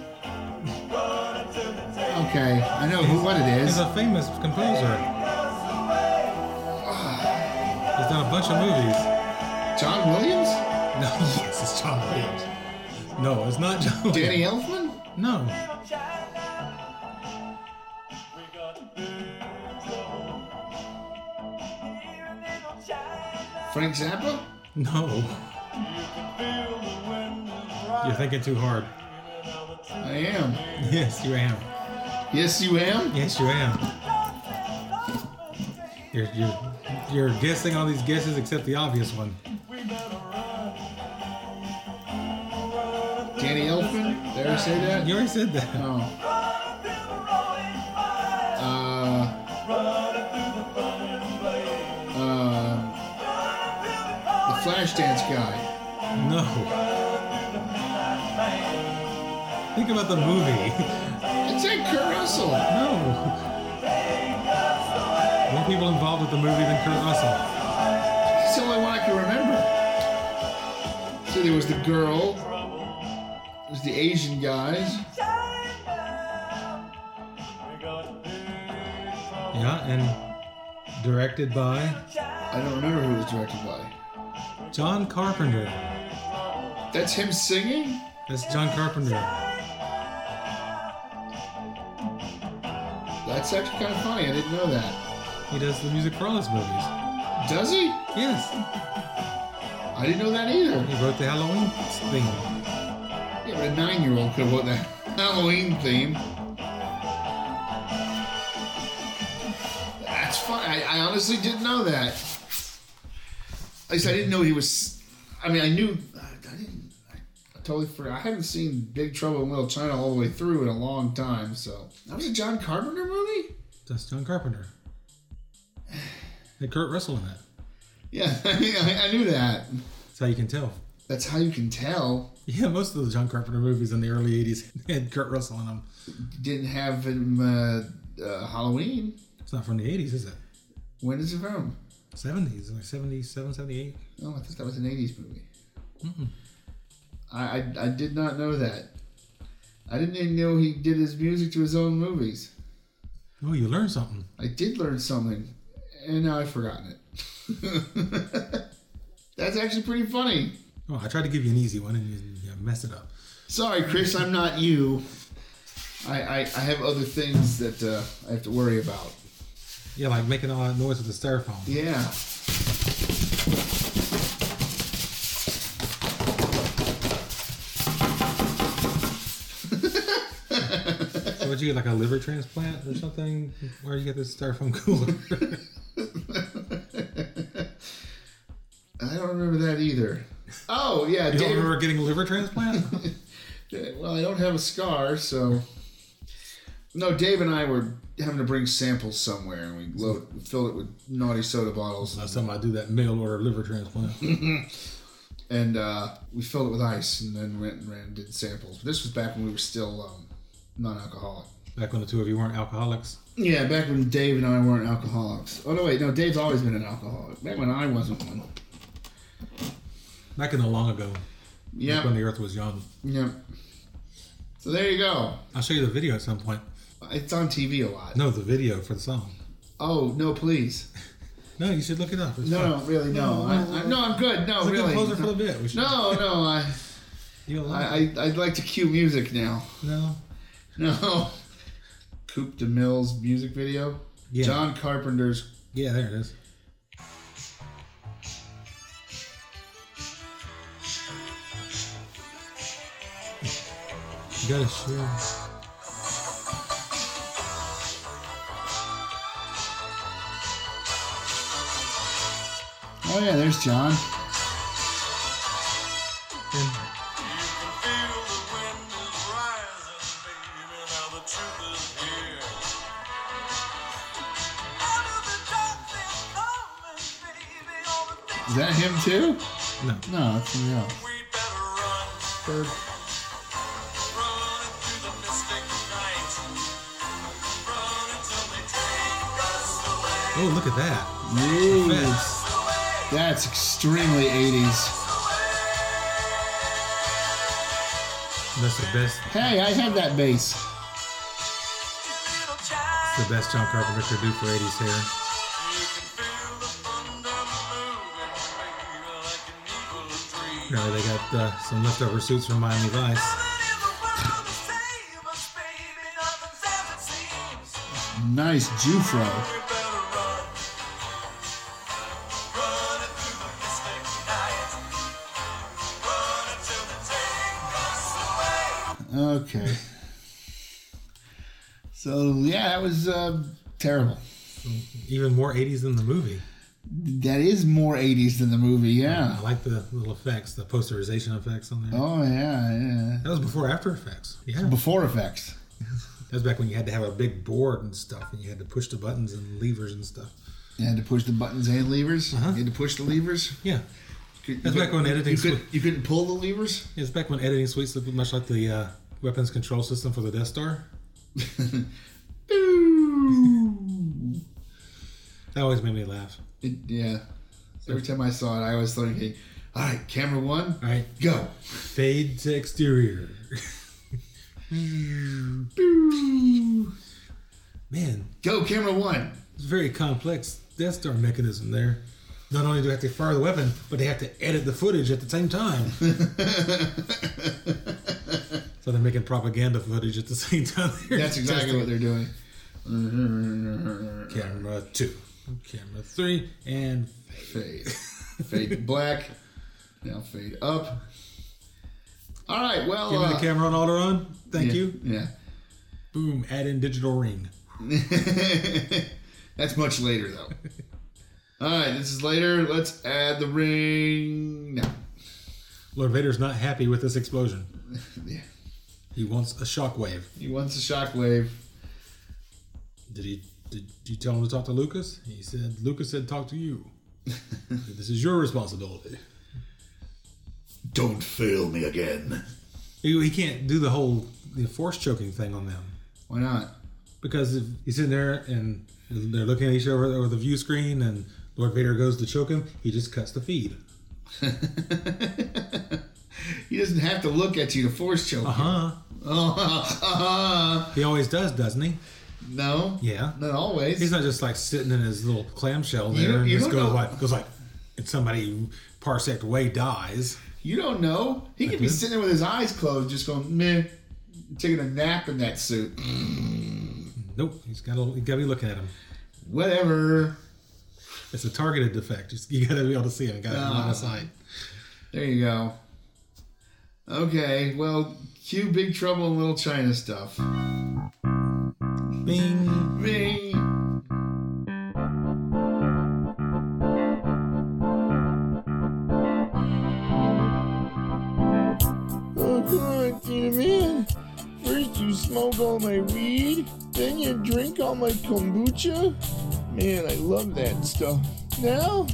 Speaker 5: Okay, I know who what it
Speaker 4: He's
Speaker 5: is.
Speaker 4: a famous composer. He's done a bunch of movies.
Speaker 5: John Williams?
Speaker 4: No, yes, it's John Williams. No, it's not John Williams.
Speaker 5: Danny Elfman?
Speaker 4: No.
Speaker 5: Frank Zappa?
Speaker 4: No. You're thinking too hard.
Speaker 5: I am.
Speaker 4: Yes, you am.
Speaker 5: Yes, you am?
Speaker 4: Yes, you am. You're, you're, you're guessing all these guesses except the obvious one.
Speaker 5: Danny Elfman? Did I say that?
Speaker 4: You already said that.
Speaker 5: Oh. Uh. Uh. The Flashdance guy.
Speaker 4: No. Think about the movie.
Speaker 5: It's like Kurt Russell.
Speaker 4: No. More people involved with the movie than Kurt Russell.
Speaker 5: It's the only one I can remember. So there was the girl, there's the Asian guys.
Speaker 4: Yeah, and directed by
Speaker 5: I don't remember who it was directed by.
Speaker 4: John Carpenter.
Speaker 5: That's him singing?
Speaker 4: That's John Carpenter.
Speaker 5: I That's actually kind of funny. I didn't know that.
Speaker 4: He does the music for all his movies.
Speaker 5: Does he?
Speaker 4: Yes,
Speaker 5: I didn't know that either.
Speaker 4: he wrote the Halloween theme.
Speaker 5: Yeah, but a nine-year-old could have wrote that Halloween theme. That's fun. I, I honestly didn't know that. At least I didn't know he was. I mean, I knew. I, I didn't. I, I totally forgot. I haven't seen Big Trouble in Little China all the way through in a long time. So that was a John Carpenter movie.
Speaker 4: That's John Carpenter. And Kurt Russell in that.
Speaker 5: Yeah, I, mean, I, I knew that.
Speaker 4: That's how you can tell.
Speaker 5: That's how you can tell.
Speaker 4: Yeah, most of the John Carpenter movies in the early '80s had Kurt Russell in them.
Speaker 5: Didn't have him uh, uh, Halloween.
Speaker 4: It's not from the '80s, is it?
Speaker 5: When is it from?
Speaker 4: '70s, like '77, '78.
Speaker 5: Oh, I thought that was an '80s movie. I, I I did not know that. I didn't even know he did his music to his own movies.
Speaker 4: Oh, you learned something.
Speaker 5: I did learn something, and now I've forgotten it. That's actually pretty funny.
Speaker 4: Oh, I tried to give you an easy one and you, you messed it up.
Speaker 5: Sorry, Chris, I'm not you. I, I, I have other things that uh, I have to worry about.
Speaker 4: Yeah, like making all that noise with the styrofoam.
Speaker 5: Yeah.
Speaker 4: So would you get like a liver transplant or something? Where you get this styrofoam cooler?
Speaker 5: I don't remember that either. Oh, yeah.
Speaker 4: you don't
Speaker 5: David-
Speaker 4: remember getting a liver transplant?
Speaker 5: Yeah, Well, I don't have a scar, so. No, Dave and I were having to bring samples somewhere, and we load, fill it with naughty soda bottles,
Speaker 4: Last time I do that mail order liver transplant.
Speaker 5: and uh, we filled it with ice, and then went and ran and did samples. But this was back when we were still um, non-alcoholic.
Speaker 4: Back when the two of you weren't alcoholics.
Speaker 5: Yeah, back when Dave and I weren't alcoholics. Oh no, wait, no, Dave's always been an alcoholic. Back when I wasn't one.
Speaker 4: Back in the long ago. Back when
Speaker 5: Yep,
Speaker 4: the earth was young.
Speaker 5: yep. So there you go.
Speaker 4: I'll show you the video at some point.
Speaker 5: It's on TV a lot.
Speaker 4: No, the video for the song.
Speaker 5: Oh no, please.
Speaker 4: No, you should look it up. It's fun.
Speaker 5: No, no, really, no. I, I, no, I'm good. No,
Speaker 4: It's a good
Speaker 5: really.
Speaker 4: closer for the bit. We should,
Speaker 5: No, no, I,
Speaker 4: You'll like it.
Speaker 5: I, I- I'd like to cue music now.
Speaker 4: No.
Speaker 5: No. Coop DeMille's music video.
Speaker 4: Yeah.
Speaker 5: John Carpenter's.
Speaker 4: Yeah, there it is. You gotta share.
Speaker 5: Oh yeah, there's John.
Speaker 6: Feel the wind is rising, baby. Now the truth is here. Out of the darkness coming, baby. All the things
Speaker 5: Is that him too?
Speaker 4: No.
Speaker 5: No, that's somebody else.
Speaker 6: we better run.
Speaker 4: Bird.
Speaker 6: Run through the mystic night. Run until they take us away.
Speaker 4: Oh, look at that.
Speaker 5: Ooh,
Speaker 4: Fast.
Speaker 5: that's extremely 80s.
Speaker 4: That's the best.
Speaker 5: Hey, I had that bass.
Speaker 6: Little child,
Speaker 4: The best John Carpenter could do for 80s hair.
Speaker 6: you can feel the thunder moving, baby, like an evil dream.
Speaker 4: Apparently they got uh, some leftover suits from Miami Vice.
Speaker 5: Nice Jufro. Okay. So yeah, that was uh, terrible.
Speaker 4: Even more 80s than the movie.
Speaker 5: That is more 80s than the movie.
Speaker 4: I
Speaker 5: Yeah.
Speaker 4: like the little effects, the posterization effects on there.
Speaker 5: Oh yeah, yeah.
Speaker 4: That was before After Effects. Yeah. That
Speaker 5: Before effects.
Speaker 4: was back when you had to have a big board and stuff, and you had to push the buttons and levers and stuff.
Speaker 5: You had to push the buttons and levers.
Speaker 4: Uh-huh.
Speaker 5: You had to push the levers.
Speaker 4: Yeah.
Speaker 5: Could-
Speaker 4: That's
Speaker 5: you
Speaker 4: back when
Speaker 5: couldn't- You,
Speaker 4: editing swi-
Speaker 5: could, you couldn't pull the levers.
Speaker 4: It's back when editing suites looked much like the uh, weapons control system for the Death Star.
Speaker 5: Boo.
Speaker 4: That always made me laugh.
Speaker 5: It- yeah. Every time I saw it, I was thinking, "All right, camera one,
Speaker 4: All right,
Speaker 5: go."
Speaker 4: fade to exterior.
Speaker 5: Boo.
Speaker 4: Man,
Speaker 5: Go camera one.
Speaker 4: it's a very complex Death Star mechanism there. Not only do they have to fire the weapon, but they have to edit the footage at the same time. so they're making propaganda footage at the same time.
Speaker 5: That's exactly what they're doing.
Speaker 4: Camera two, camera three, and
Speaker 5: fade, fade to black. Now fade up. All right. Well,
Speaker 4: give me the
Speaker 5: uh,
Speaker 4: camera on Alderon. Thank
Speaker 5: yeah,
Speaker 4: you.
Speaker 5: Yeah,
Speaker 4: Boom. Add in digital ring.
Speaker 5: that's much later though. All right, this is later. Let's add the ring now.
Speaker 4: Lord Vader's not happy with this explosion.
Speaker 5: Yeah,
Speaker 4: He wants a shockwave.
Speaker 5: he wants a shockwave.
Speaker 4: Did he? Did you tell him to talk to Lucas? He said Lucas said talk to you. this is your responsibility.
Speaker 5: Don't fail me again.
Speaker 4: He, he can't do the whole the force choking thing on them
Speaker 5: Why not?
Speaker 4: because if he's in there and they're looking at each other over the view screen, and Lord Vader goes to choke him. He just cuts the feed.
Speaker 5: He doesn't have to look at you to force choke.
Speaker 4: Uh huh.
Speaker 5: Oh, uh-huh.
Speaker 4: He always does, doesn't he?
Speaker 5: no,
Speaker 4: Yeah.
Speaker 5: not always.
Speaker 4: He's not just like sitting in his little clamshell
Speaker 5: You
Speaker 4: there
Speaker 5: don't-
Speaker 4: and
Speaker 5: you
Speaker 4: just
Speaker 5: don't
Speaker 4: goes
Speaker 5: know-
Speaker 4: like goes like, and somebody parsec away dies.
Speaker 5: You don't know. He could be
Speaker 4: do.
Speaker 5: sitting there with his eyes closed, just going meh, taking a nap in that suit.
Speaker 4: Nope, he's got to got to be looking at him.
Speaker 5: Whatever.
Speaker 4: It's a targeted defect. Just, you got to be able to see him. Got
Speaker 5: Ah,
Speaker 4: to line of sight.
Speaker 5: There you go. Okay, well, cue Big Trouble in Little China stuff.
Speaker 4: Bing.
Speaker 5: Bing.
Speaker 2: Oh God, dear man. First you smoke all my weed, then you drink all my kombucha. Man, I love that stuff. Now,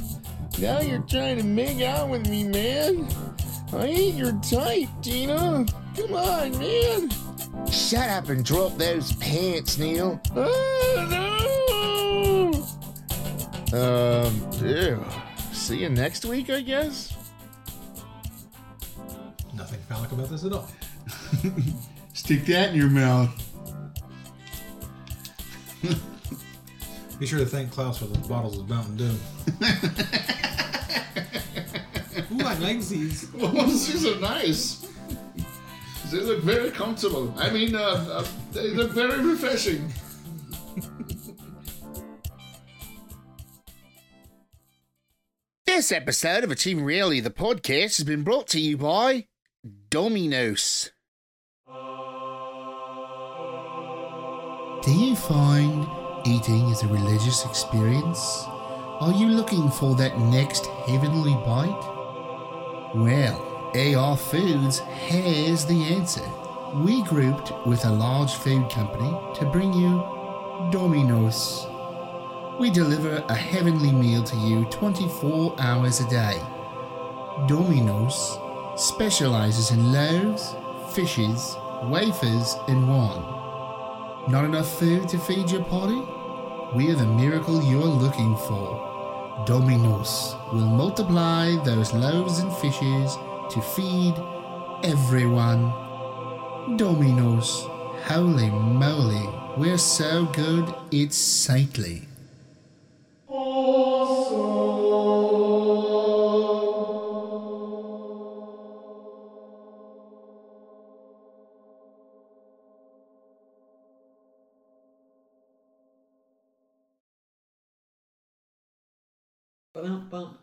Speaker 2: now you're trying to make out with me, man. I ain't your type, Tina. Come on, man.
Speaker 1: Shut up and drop those pants, Neil.
Speaker 2: Oh no. Um, ew. See you next week, I guess.
Speaker 4: Nothing phallic about this at all.
Speaker 5: Stick that in your mouth.
Speaker 4: Be sure to thank Klaus for the bottles of Mountain Dew. Ooh, I like these.
Speaker 5: Well, these are Oh, nice. They look very comfortable. I mean, uh, uh, they look very refreshing.
Speaker 2: This episode of Achieving Reality, the podcast, has been brought to you by Dominos.
Speaker 1: Do you find eating is a religious experience? Are you looking for that next heavenly bite? Well, AR Foods has the answer. We grouped with a large food company to bring you Domino's. We deliver a heavenly meal to you 24 hours a day. Domino's specializes in loaves, fishes, wafers, and wine. Not enough food to feed your party? We are the miracle you're looking for. Dominos will multiply those loaves and fishes to feed everyone. Dominos, holy moly, we're so good it's saintly.
Speaker 3: Bump, bump.